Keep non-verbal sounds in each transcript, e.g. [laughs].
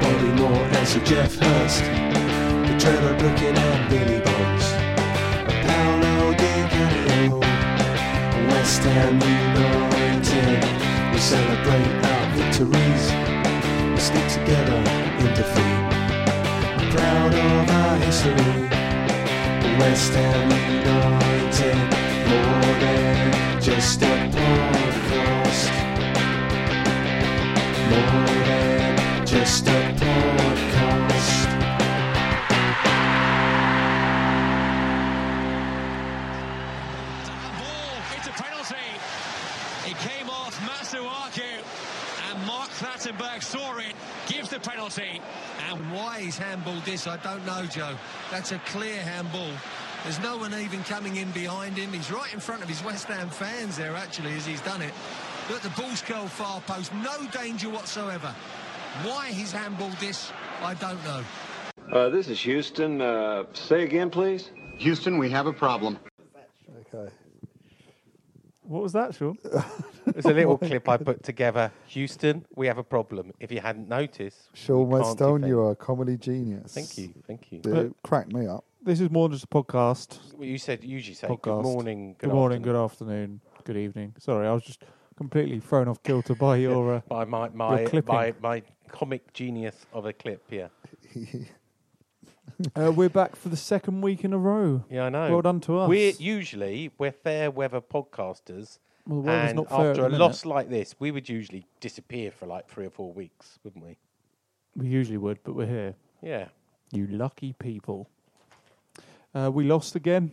Bobby Moore and Sir Jeff Hurst, the Trevor Brookin and Billy Bones, Paolo Di Canio, West Ham United. We celebrate our victories, we stick together in defeat. Proud of our history, West Ham United, more than just a podcast. More than just a podcast. It's a penalty. It came off Masuaku, and Mark Clattenburg saw it, gives the penalty. And why he's handballed this, I don't know, Joe. That's a clear handball. There's no one even coming in behind him. He's right in front of his West Ham fans there, actually, as he's done it. Look, the ball's curled far post. No danger whatsoever. Why he's handballed this, I don't know. Uh, this is Houston. Uh, say again, please. Houston, we have a problem. Okay. What was that, Sean? It's a little clip I put together. Houston, we have a problem. If you hadn't noticed, Sean we can't Westone, defend. you are a comedy genius. Thank you, thank you. It cracked me up. This is more than just a podcast. Well, you said usually say podcast. good morning, good, morning, afternoon. good afternoon, good evening. Sorry, I was just completely thrown off kilter [laughs] by your. Uh, by my my, your clipping. my my comic genius of a clip. Yeah, uh, we're back for the second week in a row. yeah, I know. Well done to us. We're usually we're fair weather podcasters. Well, the weather's and not fair at after the a minute. loss like this, we would usually disappear for like three or four weeks, wouldn't we? we usually would, but we're here. Yeah. You lucky people. Uh, we lost again.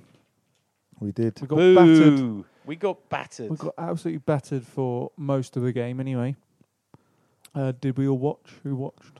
We did. We got battered. Boo. We got battered. We got absolutely battered for most of the game, anyway. Uh, did we all watch? Who watched?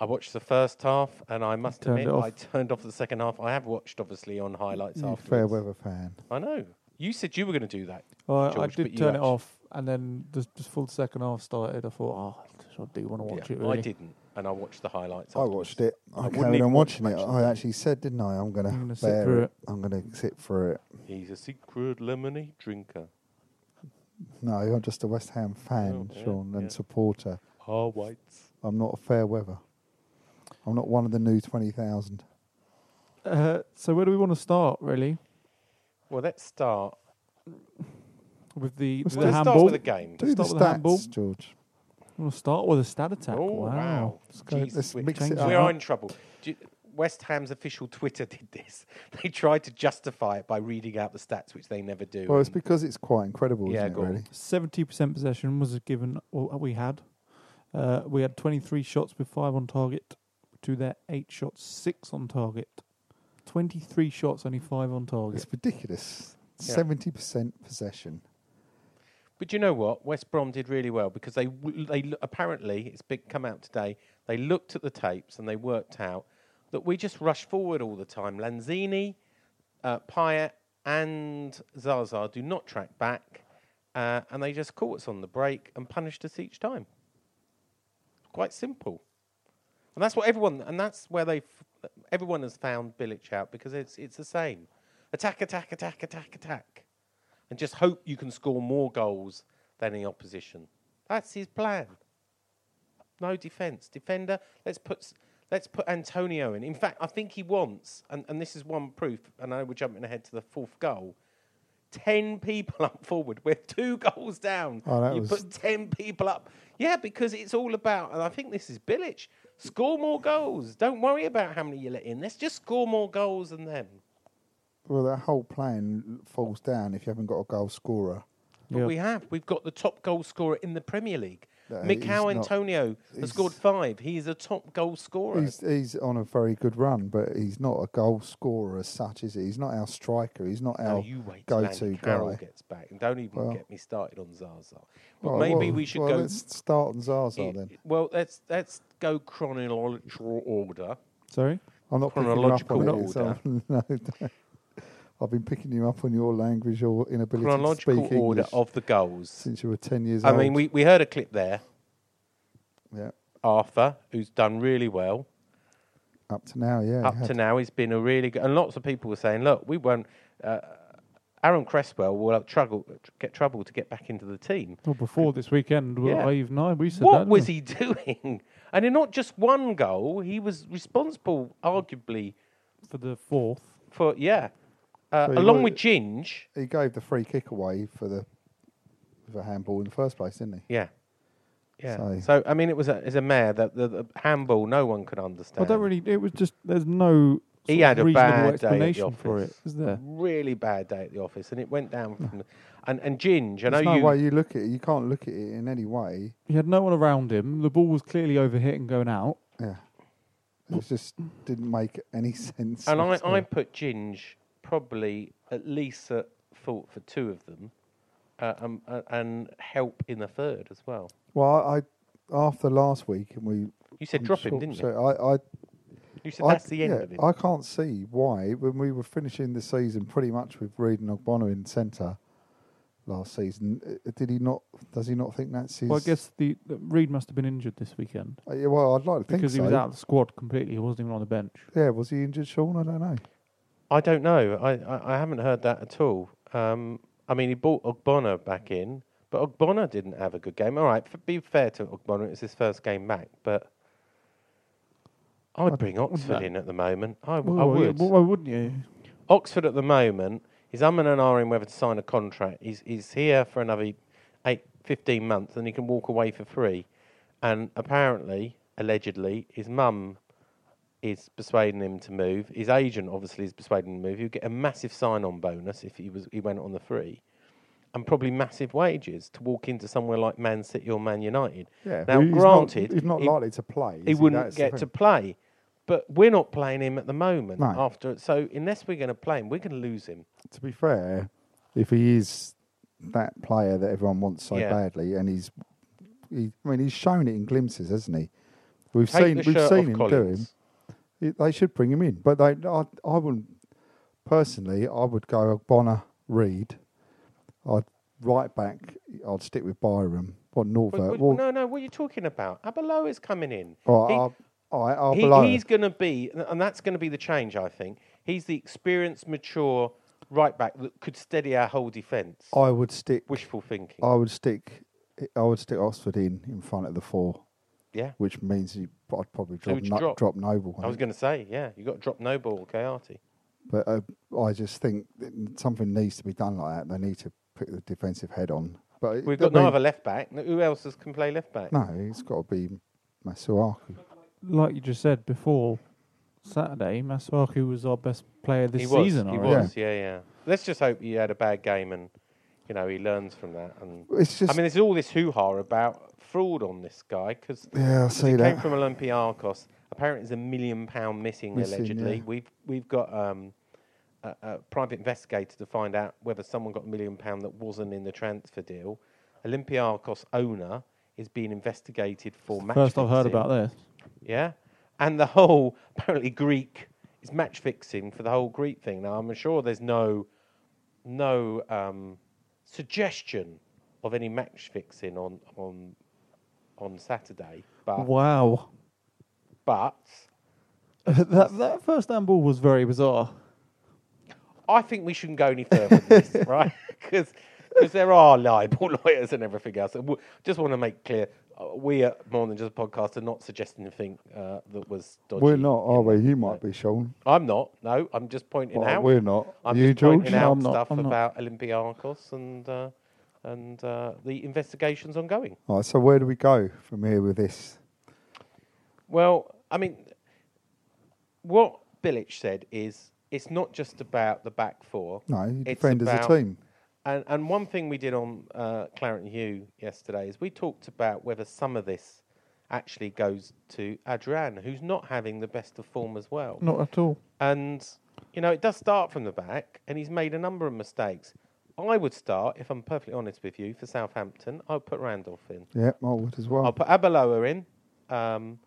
I watched the first half, and I must Turned admit, it off. I turned off the second half. I have watched, obviously, on highlights You afterwards. fair weather fan. I know. You said you were going to do that. Uh, I George, but did you turn it actually- off, and then the, the full second half started. I thought, oh, I do want to Yeah, watch it. Really. I didn't, and I watched the highlights. I afterwards. watched it. I I, wouldn't carried even on watch watching it. much. I actually said, didn't I? I'm going You're gonna to sit bear through it. it. I'm going to sit through it. He's a secret lemonade drinker. No, I'm just a West Ham fan, Oh, yeah, Sean, and yeah. supporter. All whites. I'm not a fair weather. I'm not one of the new 20,000. Uh, so where do we want to start, really? Well, let's start. With the, Let's the let's handball. start with the game. Do the start with the handball. stats, George. We'll start with a stat attack. Oh, wow. wow. Let's go- Jesus, let's we're, mix it we're up. in trouble. Do you- West Ham's official Twitter did this. [laughs] They tried to justify it by reading out the stats, which they never do. Well, it's and- because it's quite incredible, Yeah, isn't it, go on. really? Seventy percent possession was a given. What we had, uh, we had twenty-three shots with five on target. To their eight shots, six on target. Twenty-three shots, only five on target. It's ridiculous. 70% possession. But you know what? West Brom did really well because they w- they l- apparently it's big come out today. They looked at the tapes and they worked out that we just rush forward all the time. Lanzini, uh, Payet, and Zaza do not track back, uh, and they just caught us on the break and punished us each time. Quite simple, and that's what everyone and that's where they f- everyone has found Bilic out because it's it's the same. Attack, attack, attack, attack, attack and just hope you can score more goals than the opposition. That's his plan. No defence, defender. Let's put s- let's put Antonio in. In fact, I think he wants, and, and this is one proof. And I know we're jumping ahead to the fourth goal. ten people up [laughs] forward. We're two goals down. Oh, that you was- put ten people up. Yeah, because it's all about, and I think this is Bilic. Score more goals. Don't worry about how many you let in. Let's just score more goals than them. Well, that whole plan falls down if you haven't got a goal scorer. But we have. We've got the top goal scorer in the Premier League. No, Mikel he's not. Antonio has scored five. He is a top goal scorer. He's, he's on a very good run, but he's not a goal scorer as such, is he? He's not our striker. He's not No, our you wait till go-to Andy Carroll guy. gets back. And don't even Well. get me started on Zaza. But Well, maybe well, we should well, go. Let's start on Zaza i- then. Well, let's let's go chronological order. Sorry, I'm not picking you up chronological on it. order. so- [laughs] no, don't. I've been picking you up on your language, your inability to chronological speak order English of the goals. since you were ten years I old. mean, we, we heard a clip there. yeah, Arthur, who's done really well. up to now, yeah. you up had- to now, he's been a really good. And lots of people were saying, look, we won't. Uh, Aaron Cresswell will have trouble, get trouble to get back into the team. Well, before this weekend, well, Yeah. I even I Oh, we said that. What didn't was we? he [laughs] doing? And in not just one goal, he was responsible, arguably, for the fourth. For yeah, uh, So he along wa- with Ginge. He gave the free kick away for the for handball in the first place, didn't he? Yeah, yeah. So- So, I mean, it was a, it's a mare that the, the handball no one could I understand. don't really. It was just there's no. he sort of had a reasonable bad day at the explanation office. for it, is there? Really bad day at the office, and it went down from. the- and and Ginge, I know There's no you. way you look at it. You can't look at it in any way. He had no one around him. The ball was clearly overhit and going out. Yeah. It just didn't make any [laughs] sense. And I, I whatsoever. put Ginge probably at least at fault for two of them, uh, um, uh, and help in the third as well. Well, I, I after last week, and we You said we drop him, sort- didn't you? so I, I You said I- that's the end yeah, of it. I can't see why, when we were finishing the season pretty much with Reed and Ogbono in centre last season, uh, did he not? Does he not think that's his? Well, I guess the, the Reed must have been injured this weekend Uh, yeah, well, I'd like to think because so. he was out of the squad completely. He wasn't even on the bench. Yeah, was he injured, Sean? I don't know. I don't know. I, I, I haven't heard that at all. Um, I mean, he brought Ogbonna back in, but Ogbonna didn't have a good game. All right, f- be fair to Ogbonna, it was his first game back, but I would bring Oxford in at the moment. I, w- I Well, yeah, would. well, why wouldn't you? Oxford at the moment is umming and ahhing whether to sign a contract. He's, he's here for another eight, 15 months and he can walk away for free. And apparently, allegedly, his mum is persuading him to move. His agent obviously is persuading him to move. He'll get a massive sign-on bonus if he was he went on the free, and probably massive wages to walk into somewhere like Man City or Man United. now, but he's not- granted, he's not he- likely to play. he is wouldn't That's the get to thing. play. But we're not playing him at the moment. No. After so, unless we're going to play him, we're going to lose him. To be fair, if he is that player that everyone wants so Yeah. badly, and he's, he, I mean, he's shown it in glimpses, hasn't he? We've Take seen, the we've shirt seen off him do him. Collins. It- they should bring him in, but they, I, I wouldn't. Personally, I would go Bonner, Reed. I'd right back. I'd stick with Byram or But- Norvert. but- Well, Oh, no, no, what are you talking about? Abelo is coming in. all He- right, I'll, all right, I'll He- below. he's going to be, and that's going to be the change, I think. He's the experienced, mature right back that could steady our whole defence. I would stick. Wishful thinking. I would stick. I would stick Oxford in in front of the four, yeah. which means you, I'd probably Who drop would you no, drop? Noble. eh? I was going to say, yeah, you got to drop Noble or Kayati. But uh, I just think that something needs to be done like that. They need to put the defensive head on. But it- We've I got no mean, other left back. Who else has- can play left back? No, it's got to be Masuaku. Like you just said before Saturday, Masuaku was our best player this he was, season. I He reckon. was, yeah. yeah, Let's just hope he had a bad game and you know he learns from that. And It's just- I mean, there's all this hoo ha about fraud on this guy because Yeah, I see he that. came from Olympiacos. Apparently, there's a million pound missing, Missing, allegedly. yeah. We've we've got um, a, a private investigator to find out whether someone got a million pound that wasn't in the transfer deal. Olympiacos owner is being investigated for match First I've heard fixing. about this. Yeah. And the whole, [laughs] apparently, Greek is match fixing for the whole Greek thing. Now, I'm sure there's no, no um, suggestion of any match fixing on, on, on Saturday. But, Wow, but [laughs] that that first handball was very bizarre. I think we shouldn't go any further with [laughs] [laughs] this, right? Because there are libel lawyers and everything else. And we- just want to make clear uh, we at More Than Just a Podcast are not suggesting anything uh, that was dodgy. We're not, are we? You might be, Sean. I'm not. No, I'm just pointing Well, out. we're not. I'm You, just pointing George? out I'm not, stuff I'm not. about Olympiacos and uh, and uh, the investigations ongoing. All right, so where do we go from here with this? Well, I mean, what Bilic said is it's not just about the back four. No, you it's defend as a about- team. And, and one thing we did on uh, Clarence Hugh yesterday is we talked about whether some of this actually goes to Adrian, who's not having the best of form as well. Not at all. And, you know, it does start from the back, and he's made a number of mistakes. I would start, if I'm perfectly honest with you, for Southampton, I would put Randolph in. Yeah, I would as well. I'll put Abeloa in, um,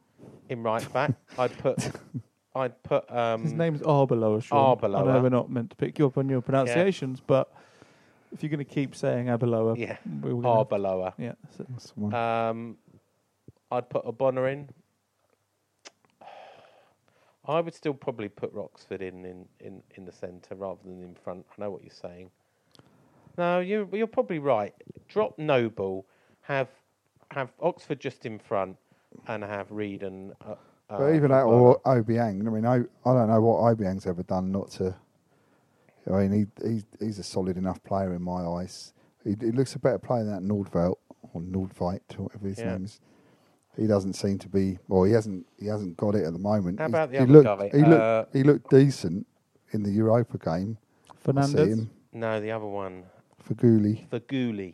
in right back. [laughs] I'd put, I'd put. Um, His name's Arbeloa, Sean. I know Arbeloa. we're not meant to pick you up on your pronunciations, but if you're going to keep saying Arbeloa, Yeah, we were gonna- Arbeloa. Yeah, that's it. Um, I'd put O'Bonner in. I would still probably put Roxford in in, in, in the centre rather than in front. I know what you're saying. No, you you're probably right. Drop Noble, have have Oxford just in front, and have Reed and. Uh, But even that or Obiang, I mean, I, I don't know what Obiang's ever done not to. I mean, he, he's, he's a solid enough player in my eyes. He, he looks a better player than that Nordvelt or Nordveit or whatever his Yeah. name is. He doesn't seem to be, or he hasn't, he hasn't got it at the moment. How He's- about the he other looked, guy? He looked, Uh, he looked decent in the Europa game. I see Fernandes? him. No, the other one, Faguli. Faguli.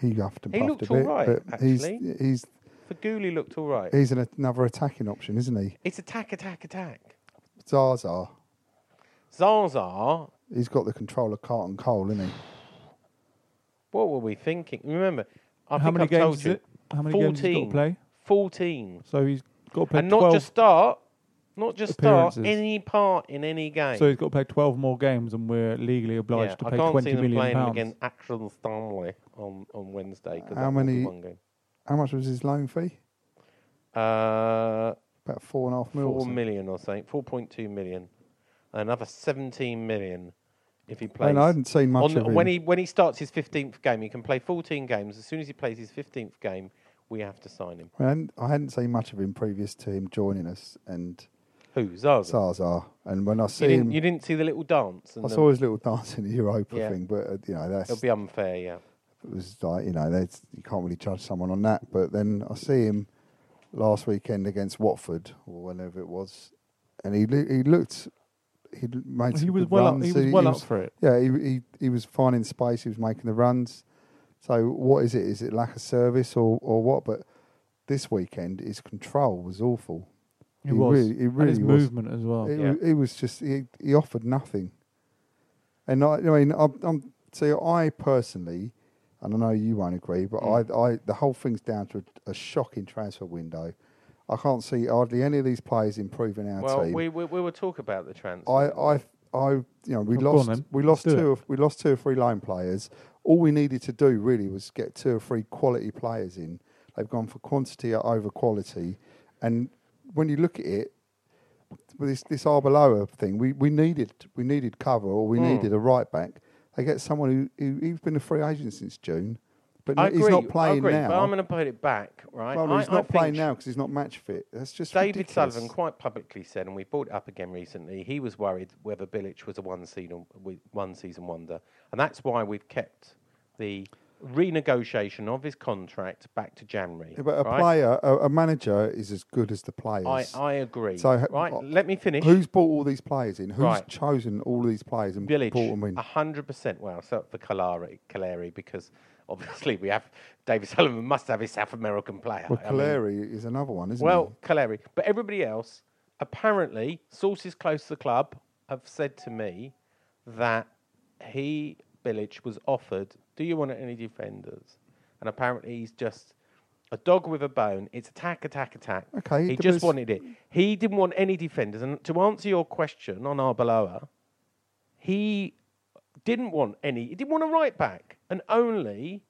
He huffed and He puffed looked a all bit, right, but he's actually. he's Faguli looked all right. he's an, another attacking option, isn't he? It's attack, attack, attack. Zaza, Zaza he's got the control of Carton Cole, isn't he? What were we thinking? Remember, I How think many I've games told is you, it? How many games has he got to play? Fourteen. So he's got to play and not 12 just start, not just start appearances. any part in any game. So he's got to play 12 more games, and we're legally yeah, obliged to I pay can't 20 see them million playing pounds. against Acton Stanley on on Wednesday. 'cause How that was the many- One game. How much was his loan fee? Uh, About four and a half mil. or four something. million or something. Four point two million. Another seventeen million. If he plays, And I hadn't seen much on the- of him. when he when he starts his fifteenth game, he can play fourteen games. As soon as he plays his fifteenth game, we have to sign him. I hadn't, I hadn't seen much of him previous to him joining us and Who Zaza? Zaza. And when I see You him, didn't, you didn't see the little dance. And I the- saw his little [laughs] dance in the Europa Yeah. thing, but uh, you know that's It'll be unfair, yeah. it was like you know that's you can't really judge someone on that. But then I see him last weekend against Watford or whenever it was, and he loo- he looked he made He some was good well up- runs. he was well up for it. Yeah, he, he he was finding space. He was making the runs. So what is it? Is it lack of service or or what? But this weekend his control was awful. It was. Really, it And really his was. movement as Oh, well. It, Yeah. wa- it was just he, he offered nothing. And I, I mean, I'm, I'm so I personally, and I know you won't agree, but Mm. I, I, the whole thing's down to a, a shocking transfer window. I can't see hardly any of these players improving our Well, team. we, we we will talk about the transfer. I, I, I, you know, we Well, Oh, Oh, go on lost, then. we Let's lost do two, or, we lost two or three loan players. All we needed to do really was get two or three quality players in. They've gone for quantity over quality, and when you look at it, with this this Arbeloa thing, we, we needed we needed cover or we Hmm. needed a right back. They get someone who, who he's been a free agent since June, but I no- agree, he's not I playing agree, now. But I'm going to put it back, right? Well, I, he's I not think playing now because he's not match fit. That's just David ridiculous. Sullivan quite publicly said, and we brought it up again recently. He was worried whether Bilic was a one season one season wonder, and that's why we've kept the renegotiation of his contract back to January. Yeah, But a right? player, a, a manager, is as good as the players. I, I agree. So, h- right, oh, uh, let me finish. Who's bought all these players in? Who's Right. chosen all these players and Village, Ah, bought them in? a hundred percent. Well, except for Kalari, Kaleri, because obviously we have David Solomon must have his South American player. Well, I mean, Caleri is another one, isn't well, Kaleri, but everybody else, apparently, sources close to the club have said to me that he Bilic was offered. Do you want any defenders? And apparently, he's just a dog with a bone. It's attack, attack, attack. Okay, he but just it's- wanted it. He didn't want any defenders. And to answer your question on Arbeloa, he didn't want any. He didn't want a right back, and only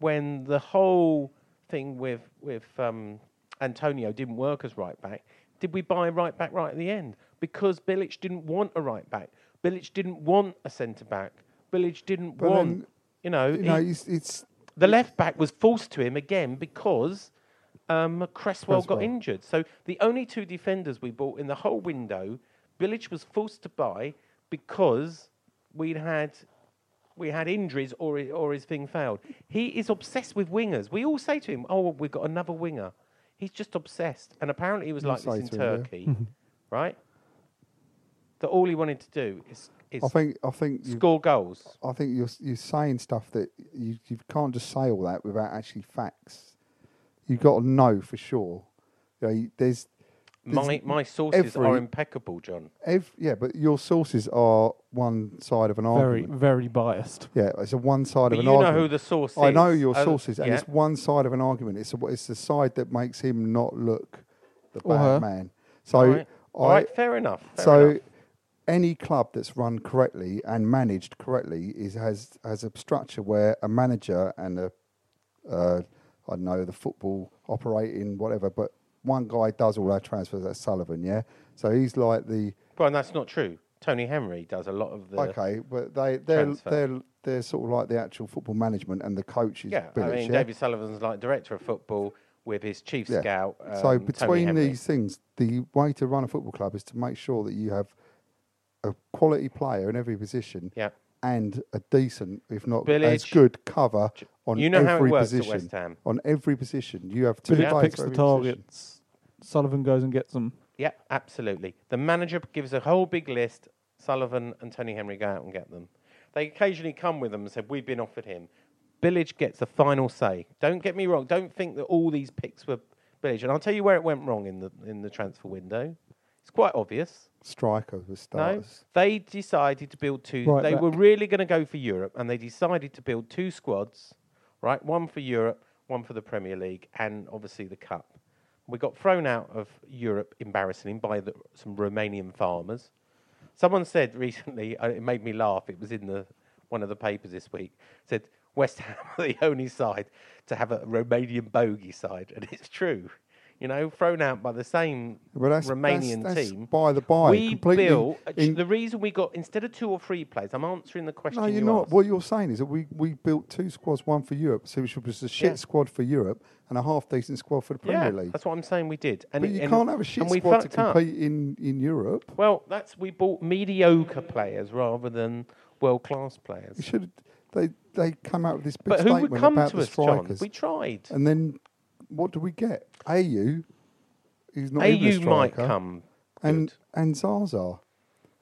when the whole thing with with um, Antonio didn't work as right back, did we buy a right back right at the end because Bilic didn't want a right back. Bilic didn't want a centre back. Bilic didn't But want. then, you know, he? You know, he- it's, it's the left back was forced to him again because um, Cresswell, Cresswell. got injured. So the only two defenders we bought in the whole window, Bilic was forced to buy because we'd had we had injuries or his, or his thing failed. He is obsessed with wingers. We all say to him, "Oh, we've got another winger." He's just obsessed, and apparently he was You like this say in to him, yeah. Turkey, right? That all he wanted to do is, is I think I think you- score goals. I think you're you're saying stuff that you you can't just say all that without actually facts. You got to know for sure. You know, you- there's, there's My my sources are every- impeccable, John. ev- yeah, but your sources are one side of an Very, argument. very biased. Yeah, it's a one side of But an you know argument. who the source I know is. your Oh, sources, and yeah. it's one side of an argument. It's a, it's the side that makes him not look the Or bad her. man. So, All right. All I- right, fair enough, fair so, enough. any club that's run correctly and managed correctly is has has a structure where a manager and a uh, I don't know the football operating whatever, but one guy does all our transfers. That's Sullivan, yeah. So he's like the Well, and that's not true. Tony Henry does a lot of the. okay, but they they're transfer. they're they're sort of like the actual football management and the coach is Yeah, I Bilic, mean, yeah? David Sullivan's like director of football with his chief Yeah. scout. Um, so Tony between Henry. these things, the way to run a football club is to make sure that you have a quality player in every position Yeah. and a decent, if not as Bilic. good, cover on you know every how it works at position. West Ham. On every position, you have two Bilic players picks for the every position. targets. Sullivan goes and gets them. Yeah, absolutely. The manager gives a whole big list. Sullivan and Tony Henry go out and get them. They occasionally come with them and say, We've been offered him. Billage gets the final say. Don't get me wrong. Don't think that all these picks were Billage. And I'll tell you where it went wrong in the, in the transfer window. It's quite obvious. Strikers with starters. No, they decided to build two. Right they back. were really going to go for Europe, and they decided to build two squads, right? One for Europe, one for the Premier League, and obviously the Cup. We got thrown out of Europe embarrassingly by the, some Romanian farmers. Someone said [laughs] recently, uh, it made me laugh. It was in the one of the papers this week. Said West Ham [laughs] are the only side to have a Romanian bogey side, and it's true. You know, thrown out by the same Well, that's- Romanian that's- that's team. by the by, we completely built in- the reason we got instead of two or three players. I'm answering the question. No, you're you not. asked. What you're saying is that we, we built two squads, one for Europe, so which was a shit Yeah. squad for Europe and a half decent squad for the Yeah, Premier League. that's what I'm saying. We did, and But it- you and- can't have a shit and we squad to fucked up. compete in, in Europe. Well, that's we bought mediocre players rather than world class players. You should they they come out with this big But who statement would come about to the us, John? strikers. We tried. And then what do we get? AU, he's not even a AU striker. might come. And and Zaza,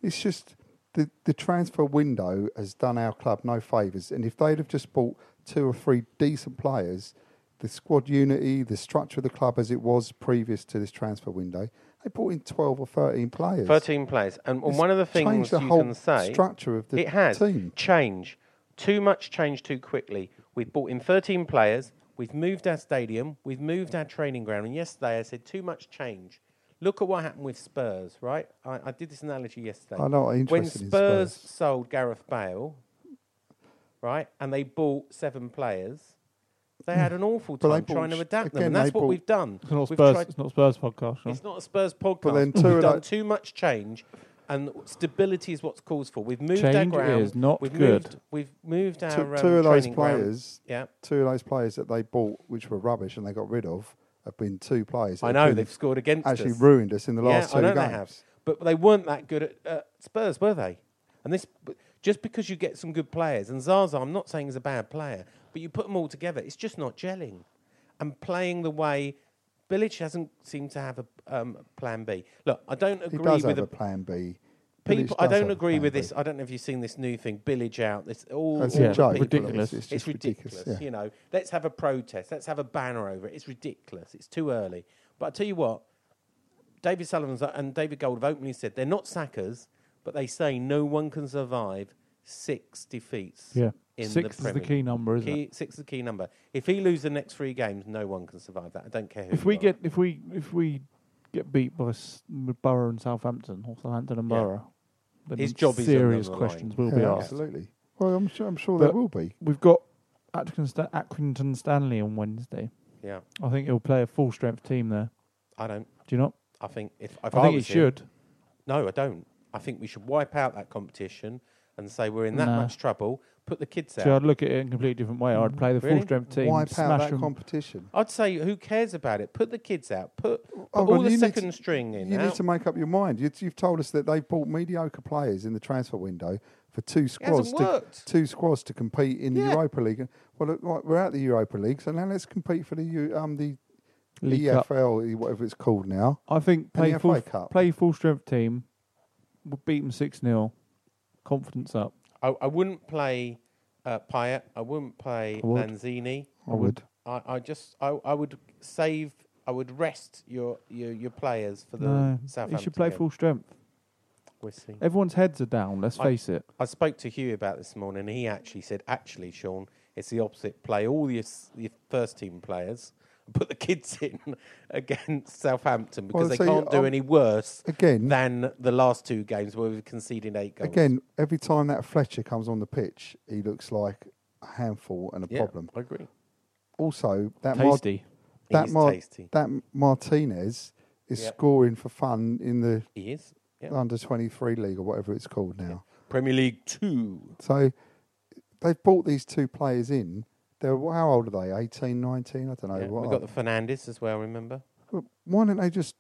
it's just the the transfer window has done our club no favors. And if they'd have just bought two or three decent players, the squad unity, the structure of the club as it was previous to this transfer window, they brought in twelve or thirteen players. 13 players. And It's one of the things changed the you whole can say structure of the it has team. change. Too much change too quickly. We've bought in 13 players. We've moved our stadium. We've moved our training ground. And yesterday I said too much change. Look at what happened with Spurs, right? I, I did this analogy yesterday. I'm not when interested Spurs, in Spurs. sold Gareth Bale, right, and they bought seven players, they had an awful Mm. But they time bought trying to sh- adapt them. again, And they that's what bought- we've done. It's not We've Spurs. tried- It's not Spurs podcast. John. it's not a Spurs podcast. But then two We've of done tho- too much change, and stability is what's called for. We've moved Change our ground. is not we've good. Moved, we've moved our two, um, two of those training ground. players, Yeah, two of those players that they bought, which were rubbish and they got rid of, have been two players. that I have know been they've scored against actually us. ruined us in the last yeah, I two know games. they have, but they weren't that good at uh, Spurs, were they? And this, but just because you get some good players, and Zaza, I'm not saying is a bad player, but you put them all together, it's just not gelling, and playing the way. Bilic hasn't seemed to have a um, plan B. Look, I don't He agree does with have a the plan B. Bilic People, I does don't have a agree plan with B. this. I don't know if you've seen this new thing, Billage Out. This all, That's all a the joke. people- Ridiculous. It's It's, just ridiculous, ridiculous. yeah. You know, let's have a protest. Let's have a banner over it. It's ridiculous. It's too early. But I tell you what, David Sullivan's uh, and David Gold have openly said they're not sackers, but they say no one can survive six defeats. Yeah. in Six the is the Premier key League. number, isn't Key- Six is the key number. If he loses the next three games, no one can survive that. I don't care who. If you we are. get if we if we get beat by S- Borough and Southampton or Southampton and Yeah. Borough, then His the job is on serious the line. questions will Yeah, be asked. absolutely. Well, I'm sure, I'm sure there But will be. We've got Atkinson, Sta- Accrington Stanley on Wednesday. yeah, I think he'll play a full strength team there. I don't. Do you not? I think if, if I think he was him- should. No, I don't. I think we should wipe out that competition and say we're in that No. much trouble. put the kids out. See, I'd look at it in a completely different way. I'd play the Really? full strength team. Wipe out smash that 'em. competition. I'd say, who cares about it? Put the kids out. Put, put Oh, all well, the you need second to- string in. You out. need to make up your mind. You, you've told us that they've bought mediocre players in the transfer window for two hasn't squads, to, worked. two squads to compete in the Europa League. Well, look, right, we're out of the Europa League, so now let's compete for the U- um the League Cup. EFL, whatever it's called now. I think and play the full, FA Cup. play full strength team. We'll beat them 6 0. Confidence up. I, I wouldn't play uh, Payet. I wouldn't play I would. Lanzini. I would. I, I just I, I would save. I would rest your your, your players for the No, Southampton. you should play game. full strength. We'll see. Everyone's heads are down, let's I- face it. I spoke to Hugh about this morning. and He actually said, actually, Sean, it's the opposite. Play all your, s- your first team players. [laughs] Put the kids in [laughs] against Southampton because Well, they so you- can't do I'm- any worse Again- than the last two games where we've conceded eight goals. Again, every time that Fletcher comes on the pitch, he looks like a handful and a Yeah, problem. I agree. Also, that Tasty. He Mar- that is Mar- tasty. that Martinez is Yep. scoring for fun in the He is. Yeah. under twenty three league or whatever it's called now. Premier League two. So they've brought these two players in. They're how old are they? 18, 19? I don't know. Yeah, what we got the Fernandes as well. Remember, why don't they just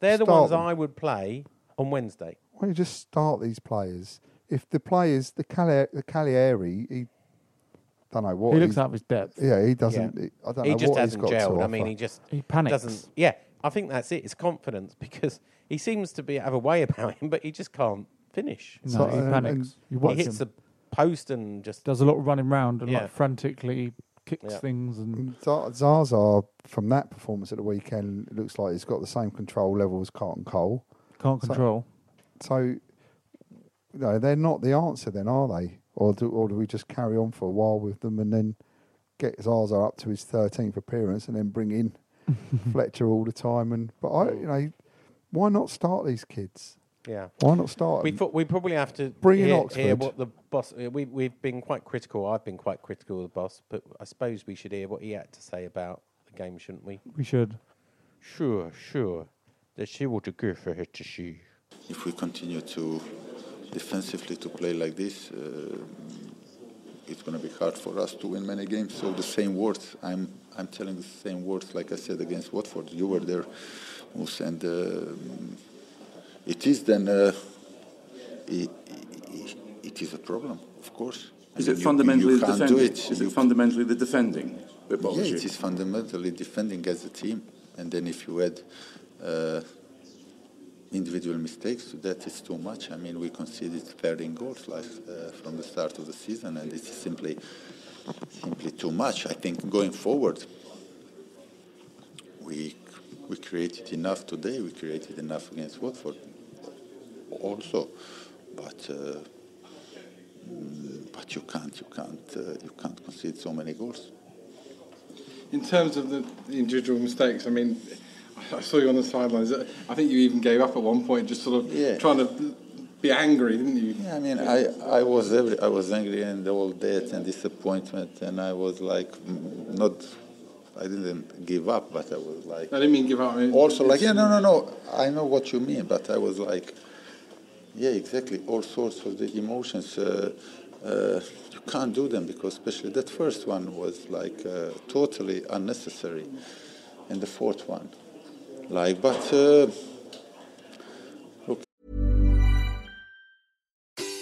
they're the Start ones them. I would play on Wednesday. why don't you just start these players? If the players the Cali the Calieri, he don't know what he looks he's- out of his depth. Yeah, he doesn't. Yeah. He, I don't he know just what he's hasn't got to gelled. I offer. mean, he just He panics. Doesn't. Yeah, I think that's it. It's confidence [laughs] because he seems to be have a way about him, but he just can't finish. No, So, he and- panics. and- you watch he hits him. the post and just Does a lot of running round and Yeah. like frantically kicks Yeah. things and Za- Zaza from that performance at the weekend it looks like he's got the same control level as Carlton Cole. can't So- control. So, no, they're not the answer, then, are they? Or do, or do we just carry on for a while with them and then get Zaza up to his thirteenth appearance and then bring in Fletcher all the time? And but I, you know, why not start these kids? yeah. Why not start? We them? thought we probably have to Bring in hear, Oxford. hear what the boss. uh, We we've been quite critical. I've been quite critical of the boss, but I suppose we should hear what he had to say about the game, shouldn't we? We should. Sure, sure. Let's see what a good for her to see. if we continue to defensively to play like this, uh, it's going to be hard for us to win many games. So the same words, I'm I'm telling the same words like I said against Watford. You were there, Moose, and uh, it is then uh, it, it, it is a problem, of course. I Is mean, it you- fundamentally you the can't defending? do Is it. You it fundamentally the defending that yeah, bothers it you? is fundamentally defending as a team, and then if you add uh, individual mistakes to that, it's too much. I mean, we conceded 13 goals last, uh, from the start of the season, and it's simply simply too much. I think going forward, we we created enough today. We created enough against Watford, also, but. Uh, mm, but you can't, you can't, uh, you can't concede so many goals. In terms of the the individual mistakes, I mean, I saw you on the sidelines. I think you even gave up at one point, just sort of Yeah. trying to be angry, didn't you? Yeah, I mean, I, I was every, I was angry and all that and disappointment, and I was like, mm, not, I didn't give up, but I was like, I didn't mean give up. I mean, also like, it's- yeah, no, no, no, I know what you mean, but I was like, yeah, exactly, all sorts of the emotions. Uh, uh, you can't do them because, especially that first one was like uh, totally unnecessary, and the fourth one, like, but. Uh,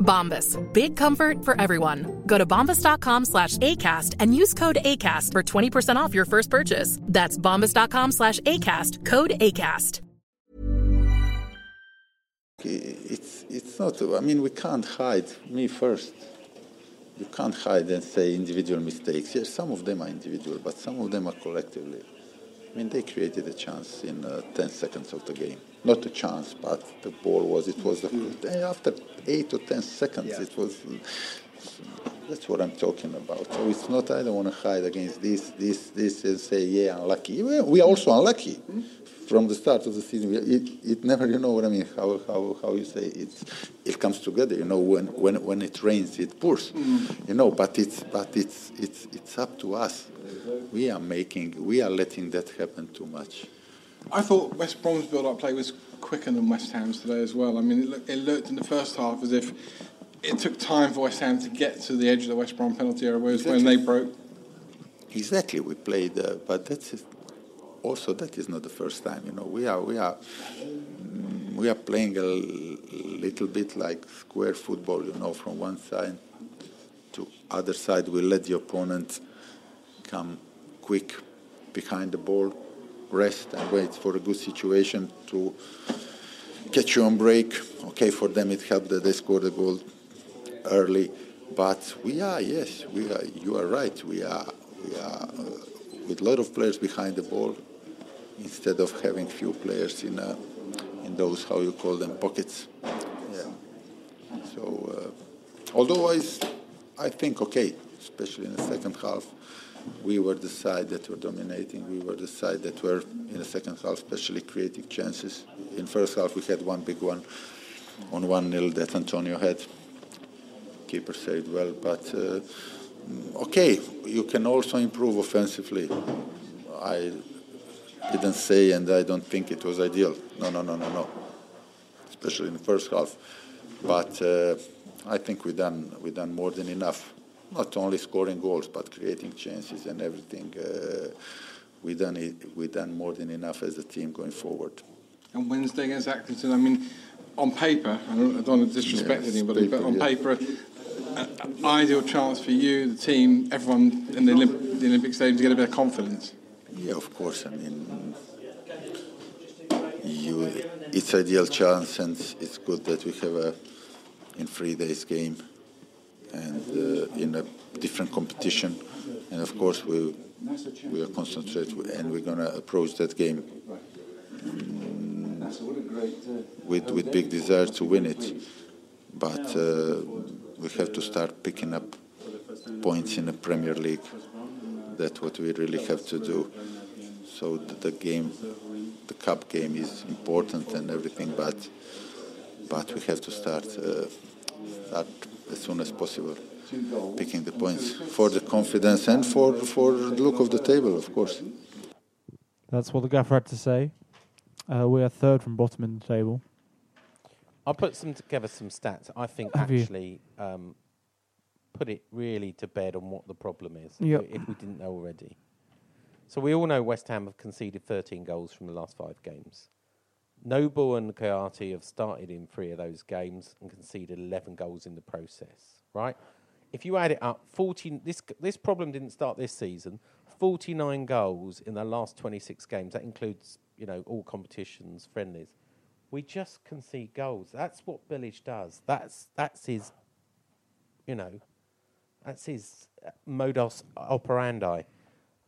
Bombas, big comfort for everyone. Go to bombas.com slash ACAST and use code ACAST for 20% off your first purchase. That's bombas.com slash ACAST, code ACAST. It's, it's not, I mean, we can't hide, me first. You can't hide and say individual mistakes. Yes, some of them are individual, but some of them are collectively. I mean, they created a chance in uh, 10 seconds of the game. Not a chance, but the ball was, it was, the, after 8 or 10 seconds, it was, mm, that's what I'm talking about. So it's not, I don't want to hide against this, this, this, and say, yeah, unlucky. We we are also unlucky. From the start of the season, we- it, it never, you know what I mean, how, how, how you say it's, it comes together, you know, when, when, when it rains, it pours, you know, but it's, but it's, it's, it's up to us. We are making, we are letting that happen too much. I thought West Brom's build-up play was quicker than West Ham's today as well. I mean, it, look, it looked in the first half as if it took time for West Ham to get to the edge of the West Brom penalty area, whereas when they broke, Exactly, we played, uh, but that's it. also that is not the first time. You know, we are we are mm, we are playing a l- little bit like square football. You know, from one side to other side, we let the opponent come quick behind the ball, rest and wait for a good situation to catch you on break. Okay, for them it helped that they scored a goal early, but we are yes, we are. You are right. We are we are uh, with a lot of players behind the ball instead of having few players in uh, in those how you call them pockets. Yeah. So uh, although I, s- I think okay, especially in the second half. We were the side that were dominating. We were the side that were in the second half, especially creating chances. In first half, we had one big one on one 0 that Antonio had. Keeper saved well, but uh, okay, you can also improve offensively. I didn't say, and I don't think it was ideal. No, no, no, no, no. Especially in the first half, but uh, I think we done we done more than enough. Not only scoring goals, but creating chances and everything. Uh, we done it, we done more than enough as a team going forward. and Wednesday against Accrington, I mean, on paper, I don't, I don't want to disrespect Yes, anybody, but paper, on yeah. paper, a- a- ideal chance for you, the team, everyone in the, Olymp- the Olympic Stadium to get a bit of confidence. Yeah, of course. I mean, you, it's ideal chance, and it's good that we have a in three days game and uh, in a different competition. And of course, we we are concentrated and we're gonna approach that game mm, with with big desire to win it. But uh, we have to start picking up points in the Premier League. That's what we really have to do. So the, the game, the cup game is important and everything, but but we have to start uh, start as soon as possible picking the points for the confidence and for for the look of the table, of course. That's what the gaffer had to say. Uh, we are third from bottom in the table. I put some together some stats. I think Have you? actually um, put it really to bed on what the problem is. if Yep. we- If we didn't know already. So we all know West Ham have conceded 13 goals from the last five games. Noble and Kayati have started in three of those games and conceded 11 goals in the process. Right? If you add it up, 14. This this problem didn't start this season. 49 goals in the last 26 games. That includes you know all competitions, friendlies. We just concede goals. That's what Billich does. That's that's his. You know, that's his uh, modus operandi.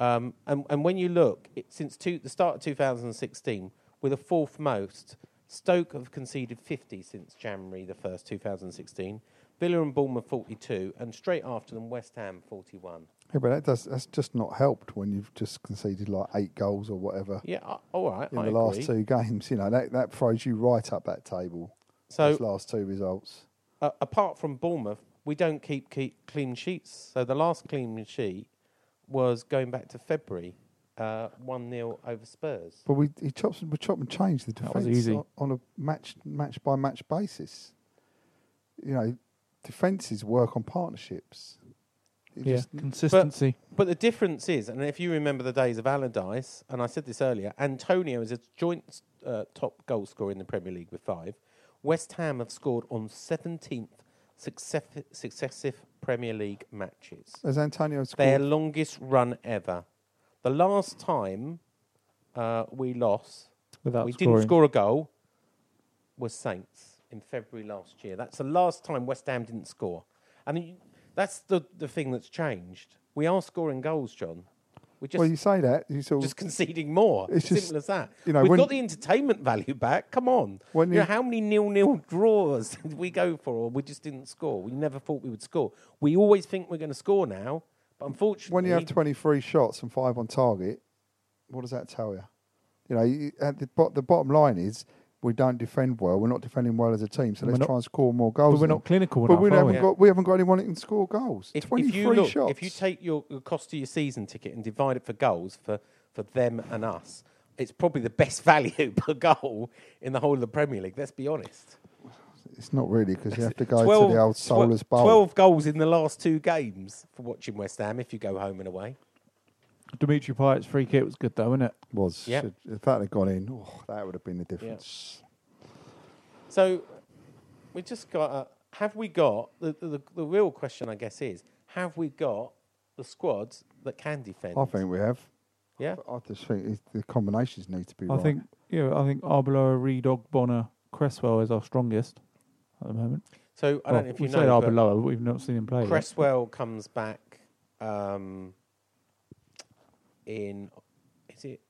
Um, and, and when you look, it, since two, the start of 2016, with a fourth most, Stoke have conceded 50 since January the 1st, 2016. Villa and Bournemouth 42, and straight after them, West Ham 41. Yeah, but that does, that's just not helped when you've just conceded like eight goals or whatever. Yeah, uh, all right. in I the last two agree. games, you know that that throws you right up that table. So- those last two results. uh, apart from Bournemouth, we don't keep, keep clean sheets. So the last clean sheet was going back to February uh, 1 0 over Spurs. But we he chops and we chop and change the That defence was easy. o- on a match match by match basis. You know, defences work on partnerships. It Yeah, just- consistency. But the difference is, and if you remember the days of Allardyce, and I said this earlier, Antonio is a joint uh, top goal scorer in the Premier League with five. West Ham have scored on 17th successive, successive Premier League matches. Has Antonio Their scored? longest run ever. The last time uh, we lost, Without we scoring. didn't score a goal, was Saints in February last year. That's the last time West Ham didn't score. And you- that's the, the thing that's changed. We are scoring goals, John. We're just, well, you say that you sort of just conceding more. It's Simple just- as that. you know, We've when- got the entertainment value back. Come on. When you know, you- how many nil-nil draws [laughs] did we go for or we just didn't score? We never thought we would score. We always think we're going to score now, but unfortunately... when you have 23 shots and five on target, what does that tell you? You know, you, at the, bo- the bottom line is we don't defend well. We're not defending well as a team, so And we're let's not- try and score more goals. but we're than- not clinical But enough, we are haven't we? got we haven't got anyone that can score goals. If, if 23 you look, shots. if you take your, your cost of your season ticket and divide it for goals for, for them and us, it's probably the best [laughs] value per goal in the whole of the Premier League. Let's be honest. it's not really because you have to go to the old twe- Solars Bowl. 12 goals in the last two games for watching West Ham if you go home and away. Dimitri Payet's free kick was good though, wasn't it? Was Yeah. Should- if that had gone in, oh, that would have been the difference. So we just got. Uh, have we got the, the the real question? I guess is have we got the squads that can defend? I think we have. Yeah. I just think it's, the combinations need to be. I right. think yeah, I think Arbeloa, Reed, Bonner, Cresswell is our strongest at the moment. So I Well, don't know if you we know. say but Arbeloa, but we've not seen him play. yet. Cresswell comes back um, in is it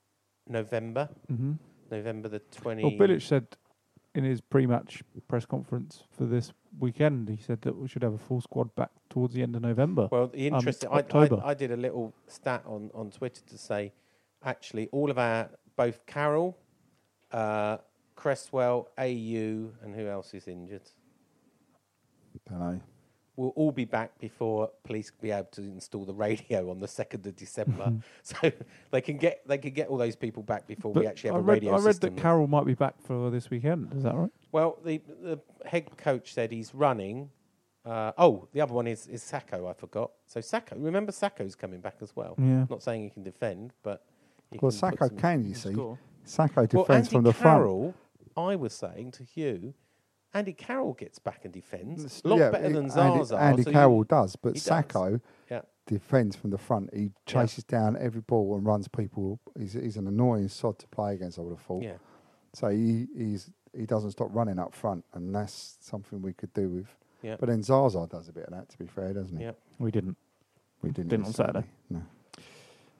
November? Mhm. November the twenty. Well, Bilic said in his pre-match press conference for this weekend, he said that we should have a full squad back towards the end of November. Well, the Um, interesting. I, October. I, I did a little stat on, on Twitter to say, actually, all of our both Carroll, uh, Cresswell, AU, and who else is injured Dunno. will all be back before police be able to install the radio on the second [laughs] of December. [laughs] so they can get they can get all those people back before we But actually have I a read, radio I read system. that Carroll might be back for this weekend. Is that right? Well, the, the head coach said he's running. Uh, oh, the other one is, is Sacco, I forgot. So Sacco, remember Sacco's coming back as well. Yeah. Not saying he can defend, but he Well, can put Sacco some- can you see? score. Sacco Well, defends Andy from the front. Carroll, I was saying to Hugh, Andy Carroll gets back and defends a lot better it- than Andy, Zaza. Andy so you- Carroll does, he but Sacco Yeah. defends from the front. He chases down every ball and runs people. He's, he's an annoying sod to play against. I would have thought. Yeah. So he he's he doesn't stop running up front, and that's something we could do with. Yeah. But then Zaza does a bit of that, to be fair, doesn't he? Yeah. We didn't. We didn't. Didn't on this Saturday. Saturday.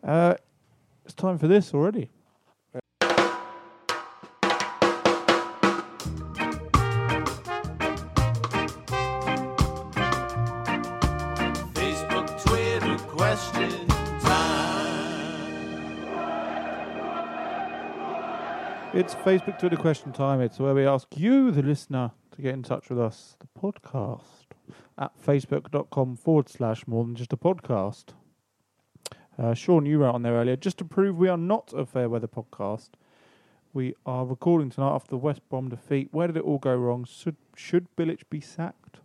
No. Uh, it's time for this already. Facebook, Twitter question time. It's Facebook Twitter question time. It's where we ask you, the listener, to get in touch with us, the podcast, at facebook.com forward slash more than just a podcast. Uh, Sean, you wrote on there earlier, just to prove we are not a fair weather podcast, we are recording tonight after the West Brom defeat. Where did it all go wrong? Should, should Bilic be sacked?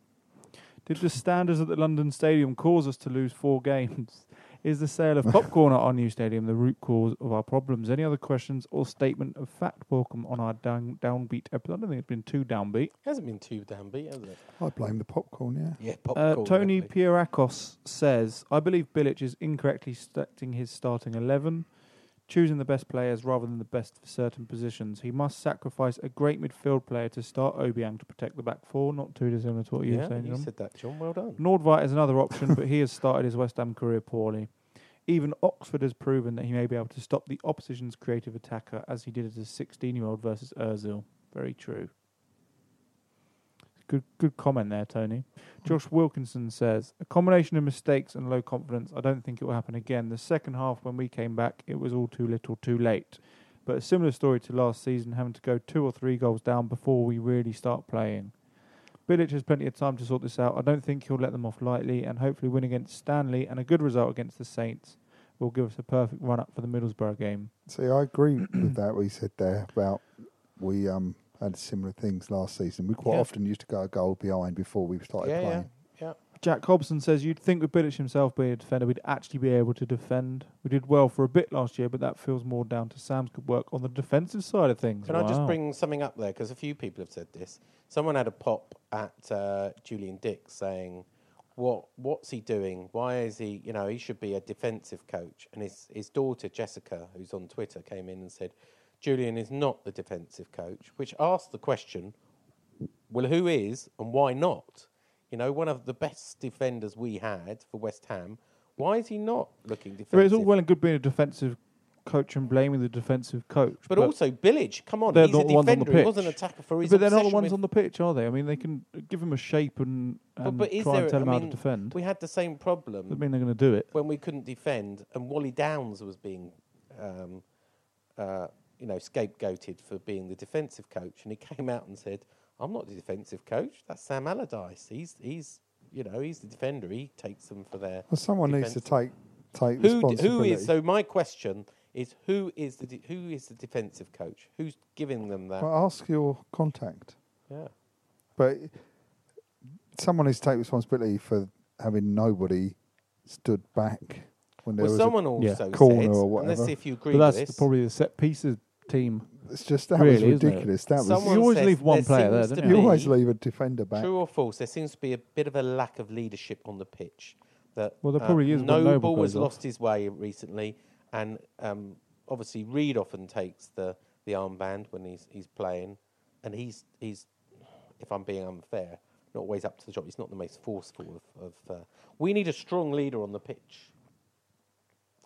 Did the standards at the London Stadium cause us to lose four games? [laughs] Is the sale of popcorn at our new stadium the root cause of our problems? Any other questions or statement of fact? Welcome on our down, downbeat episode. I don't think it's been too downbeat. Hasn't been too downbeat, has it? I blame the popcorn. Yeah. Yeah, Uh, Tony Pierakos says, I believe Bilic is incorrectly selecting his starting 11, choosing the best players rather than the best for certain positions. He must sacrifice a great midfield player to start Obiang to protect the back four. Not too dissimilar to what you were Yeah, saying, you John. said that, John. Well done. Nordveit is another option, but he has started his West Ham career poorly. Even Oxford has proven that he may be able to stop the opposition's creative attacker as he did as a 16 year old versus Ozil. Very true. Good, good comment there, Tony. Josh Wilkinson says a combination of mistakes and low confidence. I don't think it will happen again. The second half, when we came back, it was all too little, too late. But a similar story to last season, having to go two or three goals down before we really start playing. Bilic has plenty of time to sort this out. I don't think he'll let them off lightly, and hopefully win against Stanley and a good result against the Saints. will give us a perfect run up for the Middlesbrough game. See, I agree with that. What you said there about we um had similar things last season. We quite Yeah. often used to go a goal behind before we started Yeah, yeah. playing. Yeah. Jack Hobson says you'd think with Bilic himself being a defender, we'd actually be able to defend. We did well for a bit last year, but that feels more down to Sam's good work on the defensive side of things. Can I just Wow. bring something up there? Because a few people have said this. Someone had a pop at uh, Julian Dick saying, "What? What's he doing? Why is he? You know, he should be a defensive coach." And his his daughter Jessica, who's on Twitter, came in and said, "Julian is not the defensive coach," which asked the question, "Well, who is and why not?" You know, one of the best defenders we had for West Ham. Why is he not looking I defensive? mean, it's all well and good being a defensive coach and blaming the defensive coach, But, also, Billage, come on, they're he's not a the ones on the defender. He pitch. wasn't a tackle for his but they're not the obsession ones with- on the pitch, are they? I mean, they can give him a shape and, and but, but is try there, and tell I him how to mean, defend. We had the same problem. Doesn't mean they're going to do it. when we couldn't defend, and Wally Downs was being, um, uh, you know, scapegoated for being the defensive coach, and he [laughs] came out and said, "I'm not the defensive coach. That's Sam Allardyce. He's he's." You know, he's the defender. He takes them for their. Well, someone defensive needs to take take who, d- who responsibility. is so? My question is who is the de- who is the defensive coach? Who's giving them that? Well, ask your contact. yeah, But someone needs to take responsibility for having nobody stood back when there Well, was someone a also said, corner or and whatever. let's see if you agree But with that's this. the- probably the set pieces team. It's just that really, was isn't it? ridiculous. That was Someone You always says leave one there player there, seems don't to you? You always be- leave a defender back. True or false? There seems to be a bit of a lack of leadership on the pitch. That uh, Well, there probably is when Noble, Noble has goes off. lost his way recently, and um, obviously Reed often takes the, the armband when he's he's playing, and he's he's if I'm being unfair, not always up to the job. He's not the most forceful of. of uh, we need a strong leader on the pitch.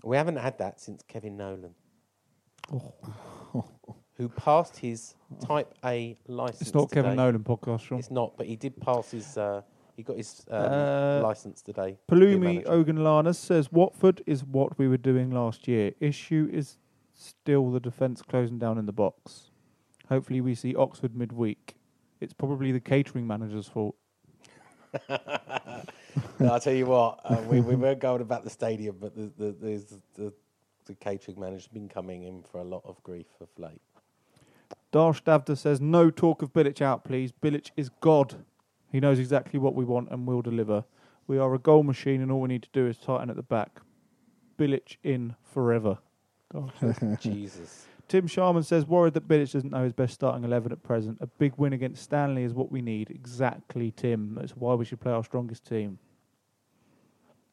We haven't had that since Kevin Nolan, Oh. who passed his Type A license. It's not Kevin today. Nolan podcast, Sean. It's not, but he did pass his. Uh, he got his um, Uh, license today. to be a Palumi manager. Ogunlana says Watford is what we were doing last year. Issue is still the defence closing down in the box. Hopefully, we see Oxford midweek. It's probably the catering manager's fault. no, I'll tell you what, uh, we, we weren't going about the stadium, but the the, the, the, the catering manager's been coming in for a lot of grief of late. Darsh Davda says no talk of Bilic out, please. Bilic is God. He knows exactly what we want and will deliver. We are a goal machine, and all we need to do is tighten at the back. Bilic in forever. Darsh says. [laughs] Jesus. Tim Sharman says, worried that Bilic doesn't know his best starting 11 at present. A big win against Stanley is what we need. Exactly, Tim. That's why we should play our strongest team.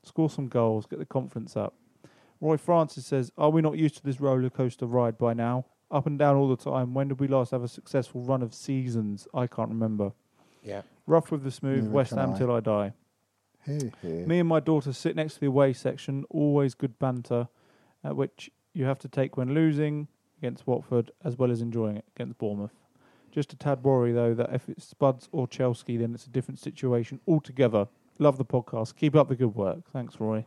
Score some goals, get the confidence up. Roy Francis says, Are we not used to this roller coaster ride by now? Up and down all the time. When did we last have a successful run of seasons? I can't remember. Yeah. Rough with the smooth, Neither West can Ham I. till I die. Here, here. Me and my daughter sit next to the away section. Always good banter, uh, which you have to take when losing against Watford as well as enjoying it against Bournemouth. Just a tad worry though that if it's Spuds or Chelsea, then it's a different situation altogether. Love the podcast. Keep up the good work. Thanks, Roy.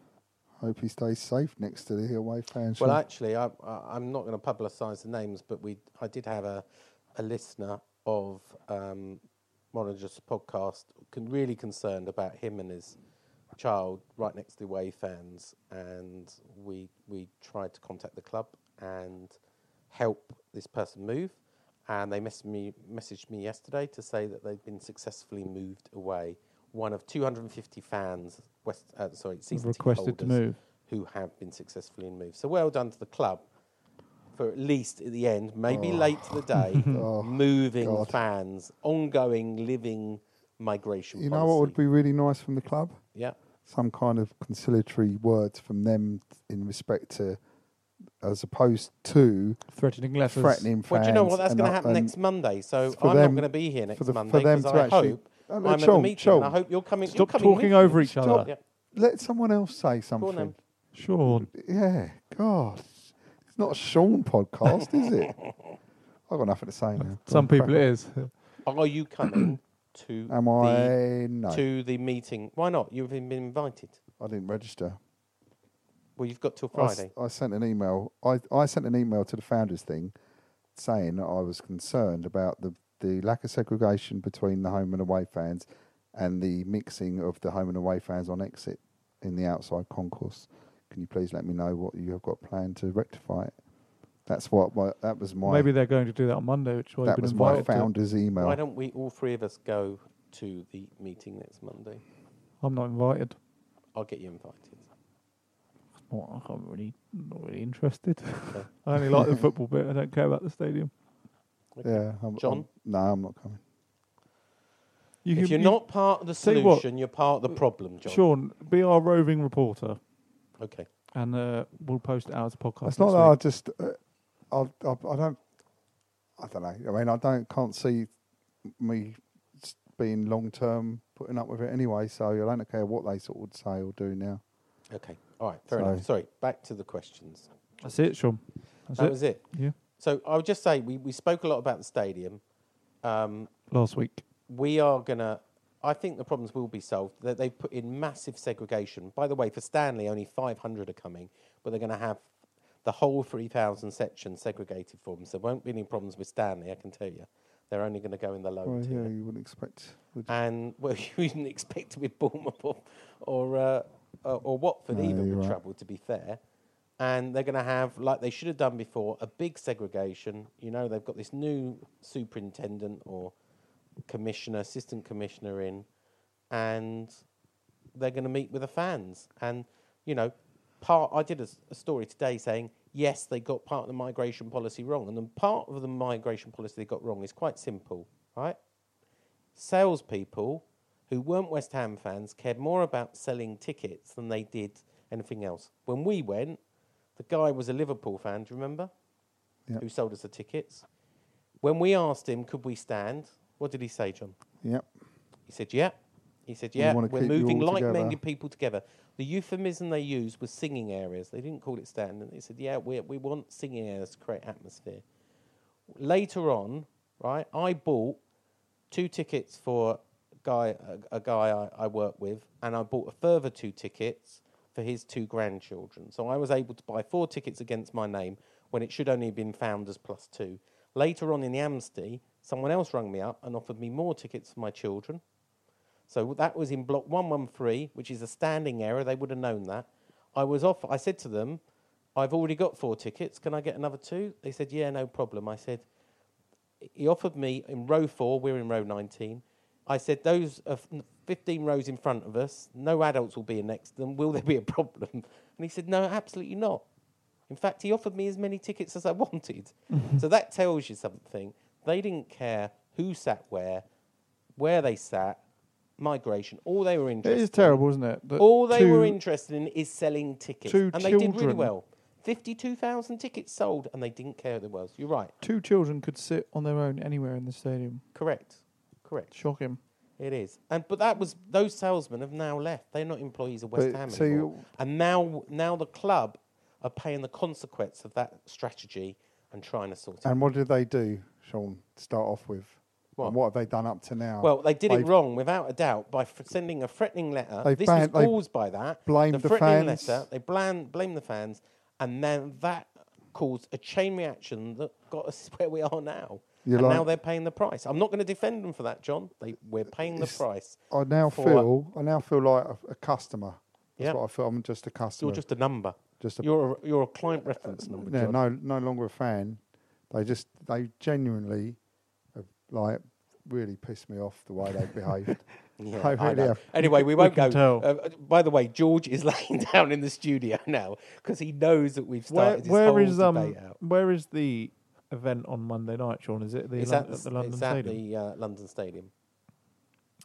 Hope he stays safe next to the away fans. Well, actually, I, I, I'm not going to publicise the names, but we I did have a, a listener of um, Monitor's podcast con- really concerned about him and his child right next to the away fans, and we we tried to contact the club and help this person move, and they messaged me messaged me yesterday to say that they've been successfully moved away. One of 250 fans, West, uh, sorry, season ticket requested to holders move. who have been successfully moved. So well done to the club for at least at the end, maybe Oh. late to the day, [laughs] Oh, moving God. fans, ongoing living migration. You know what would be really nice from the club? Yeah. Some kind of conciliatory words from them in respect to, as opposed to Threatening letters. threatening fans. Well, do you know what? That's and going to up- happen and next Monday. So for I'm not them- going to be here next for the- for Monday them because to I actually- hope Oh, no, I'm at the Sean, meeting. And I Sean, hope you're coming. Stop you're coming talking with over me. each other. Yeah. Let someone else say on something. Sean, Yeah, God. It's not a Sean podcast, is [laughs] it? I've got nothing to say now. some Go on, people it crack is. Are you [clears throat] coming to Am the I? No. to the meeting? Why not? You've been invited. on. I didn't register. Well, you've got till I s- Friday. I, sent an email. I, I sent an email to the founders thing, saying that I was concerned about the, the lack of segregation between the home and away fans, and the mixing of the home and away fans on exit in the outside concourse. Can you please let me know what you have got planned to rectify it? That's what my that was my Maybe they're going to do that on Monday, which is why That you've been was my invited. to. founder's email. Why don't we all three of us go to the meeting next Monday? I'm not invited. I'll get you invited. Well, I'm really not really interested. [laughs] I only like the football bit. I don't care about the stadium. yeah, I'm, John? I'm- no, I'm not coming. You if can- you're you- not part of the Tell you what, solution, you are part of the problem, John. Sean, be our roving reporter, Okay. and uh, we'll post it out as a podcast. It's not next that I week. just, uh, I, I, I don't, I don't know. I mean, I don't can't see me s- being long term putting up with it anyway. So I don't care what they sort of say or do now. Okay. All right. Fair Sorry. enough. Sorry. Back to the questions. That's it, Sean. That's that it. was it. Yeah. So I would just say we, we spoke a lot about the stadium. Um, Last week. we are gonna. I think the problems will be solved. That they've put in massive segregation. By the way, for Stanley, only 500 are coming, but they're going to have the whole 3,000 section segregated for them. So there won't be any problems with Stanley. I can tell you, they're only going to go in the lower Well, tier. yeah, you wouldn't expect. Would you? And well, [laughs] you wouldn't expect with Bournemouth or or, uh, or or Watford No, even you're with right. trouble, to be fair. And they're going to have, like they should have done before, a big segregation. You know, they've got this new superintendent or commissioner, assistant commissioner in, and they're going to meet with the fans. And you know, part I did a, s- a story today saying yes, they got part of the migration policy wrong, and then part of the migration policy they got wrong is quite simple, right? Salespeople who weren't West Ham fans cared more about selling tickets than they did anything else. When we went, the guy was a Liverpool fan. Do you remember? Yep. Who sold us the tickets? When we asked him, could we stand? What did he say, John? Yep. He said, yeah. He said, We yeah, wanna we're keep you moving all like minded together. people together. The euphemism they used was singing areas. They didn't call it standing. They said, yeah, we, we want singing areas to create atmosphere. Later on, right, I bought two tickets for a guy, a, a guy I, I work with, and I bought a further two tickets for his two grandchildren. So I was able to buy four tickets against my name when it should only have been founders plus two. Later on in the Amnesty, someone else rung me up and offered me more tickets for my children. So that was in block 113, which is a standing error. They would have known that. I was off. I said to them, I've already got four tickets. Can I get another two? They said, Yeah, no problem. I said, He offered me in row four, we're in row 19. I said, Those are f- 15 rows in front of us. No adults will be in next to them. Will there be a problem? [laughs] And he said, No, absolutely not. In fact, he offered me as many tickets as [laughs] I [laughs] wanted. so that tells you something. They didn't care who sat where, where they sat, migration. All they were It interested is terrible, isn't it? that all they were two- interested in is selling tickets, two and they did really children- well. Fifty-two thousand tickets sold, and they didn't care who it was. You're right. Two children could sit on their own anywhere in the stadium. Correct. Correct. Shocking. It is. And but that was those salesmen have now left. They're not employees of West But- Ham so you- anymore. and now, now the club are paying the consequence of that strategy and trying to sort it. And what did they do, Sean? To start off with, What? and what have they done up to now? Well, they did it They've wrong, without a doubt, by f- sending a threatening letter. They this banned- was they caused by that. blamed the threatening fans. letter. They blamed blame the fans, and then that caused a chain reaction that got us [laughs] where we are now. You're and like- now they're paying the price. I'm not going to defend them for that, John. They, we're paying the price. I now for- feel I now feel like a, a customer. That's Yeah. what I feel. I'm just a customer. you're just a number. Just a- you're a, you're a client [laughs] reference number. yeah, John. no, no longer a fan. They just they genuinely have, like really pissed me off the way they behaved. Yeah, They I really know. have. Anyway, we won't can go. tell. Uh, Uh, by the way, George is [laughs] laying down in the studio now because he knows that we've Where, started this where whole is um? debate out. Where is the event on Monday night, Sean? Is it the, It's Lon- at at the, the London it's at Stadium? the, uh, London Stadium.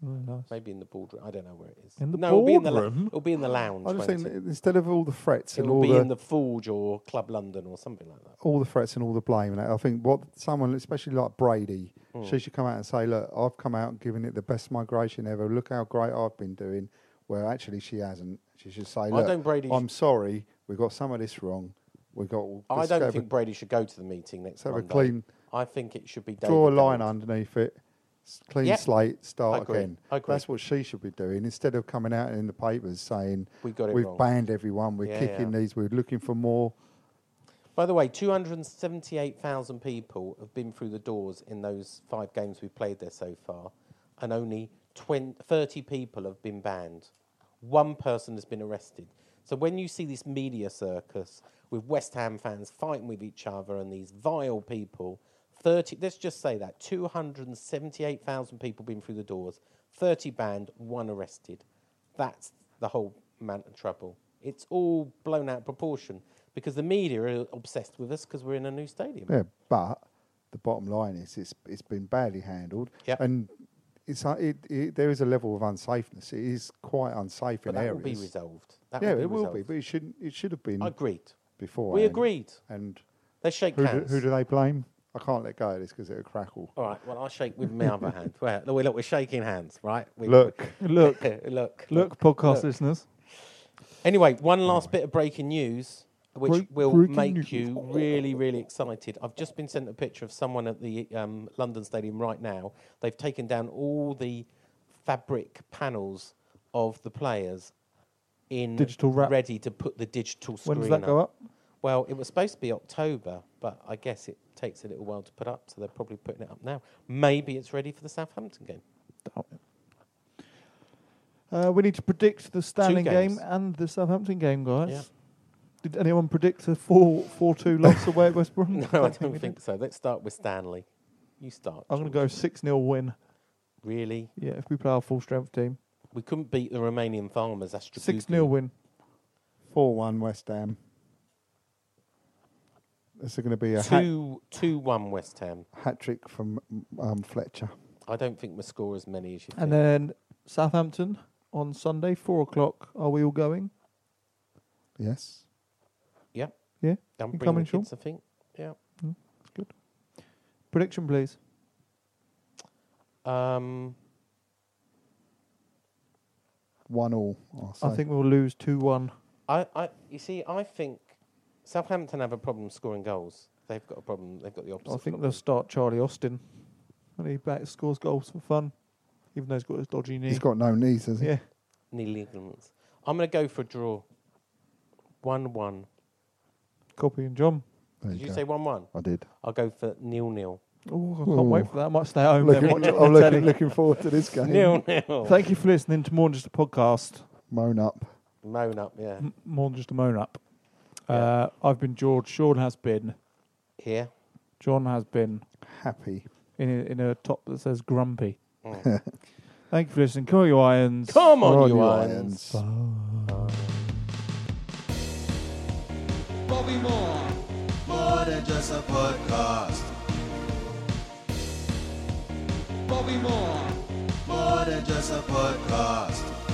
Oh, nice. Maybe in the boardroom. I don't know where it is. In the no, it'll be in the, boardroom? it'll be in the lounge. I just won't think it? that instead of all the threats and It'll all be the, in the Forge or Club London or something like that. all the threats and all the blame, and I think what someone, especially like Brady, Hmm. she should come out and say, "Look, I've come out and given it the best migration ever. Look how great I've been doing." Well, actually, she hasn't. She should say, "Look, don't Brady- I'm sorry, we got some of this wrong. We got. I let's go don't with- think Brady should go to the meeting next have a Monday. clean- I think it should be David draw a line Gold. underneath it, s- clean Yep. slate, I start agree. again. I agree. That's what she should be doing instead of coming out in the papers saying We got it have wrong." banned everyone, we're Yeah, kicking yeah. these, we're looking for more. By the way, 278,000 people have been through the doors in those five games we've played there so far, and only 20, 30 people have been banned. One person has been arrested. So when you see this media circus with West Ham fans fighting with each other and these vile people, 30, let's just say that 278,000 people been through the doors, 30 banned, one arrested. That's the whole amount of trouble. It's all blown out of proportion because the media are obsessed with us because we're in a new stadium. Yeah, but the bottom line is it's it's been badly handled, Yep. and it's uh, it, it, there is a level of unsafeness. It is quite unsafe But in that areas. will be resolved. That yeah, will be it will be, resolved. but it shouldn't. It should have been Agreed. before. we and agreed. And Let's shake Who do, hands. who do they blame? I can't let go of this because it'll crackle. All right. Well, I'll shake with my other hand. Well, look, we're- look, we're shaking hands, right? We- [laughs] Look. Look. look, Look, podcast look. listeners. Anyway, one last bit of breaking news, which Break- will breaking make news. you really, really excited. I've just been sent a picture of someone at the um, London Stadium right now. They've taken down all the fabric panels of the players in Digital wrap. ready to put the digital screen When does that go up? Well, it was supposed to be October, but I guess it takes a little while to put up, so they're probably putting it up now. Maybe it's ready for the Southampton game. Uh, we need to predict the Sterling games. game and the Southampton game, guys. Yeah. Did anyone predict a 4 4 2 loss away at West Brom? [laughs] No, I don't think so. Let's start with Stanley. You start. I'm going to go 6 0 win. Really? Yeah, if we play our full strength team. We couldn't beat the Romanian farmers. Astra 6 0 win. Four one West Ham. This is going to be a hat, Two, two, one West Ham. hat trick from um, Fletcher. I don't think we score as many as you And think. then Southampton on Sunday, 4 o'clock. Are we all going? Yes. Yeah. Yeah. I'm You bringing coming, the Sean? kids, I think. Yeah. Prediction, please. Um, One all. I'll say. I think we'll lose 2 1. I, I, you see, I think Southampton have a problem scoring goals. They've got a problem. They've got the opposite. I think problem. they'll start Charlie Austin. And he back scores goals for fun, even though he's got his dodgy knee. he's got no knees, has he? Yeah. knee ligaments. I'm going to go for a draw. One-one. Copy and John. There Did you go. say one-one? I did. I'll go for nil-nil. Oh, I can't wait Ooh. for that. I might stay home then. Looking, Watch it I'm on the telly. looking, looking forward to this game. [laughs] Nil-nil. Thank you for listening to More Than Just a Podcast. Moan up. Moan up, yeah. M- More Than Just a Moan Up. Uh, I've been George. Sean has been. Here. John has been Happy. in a, in a top that says grumpy. [laughs] Thank you for listening. Call your irons. Mm. Come on, Roll you your irons. irons. Bobby Moore. More than just a podcast. Bobby Moore. More than just a podcast.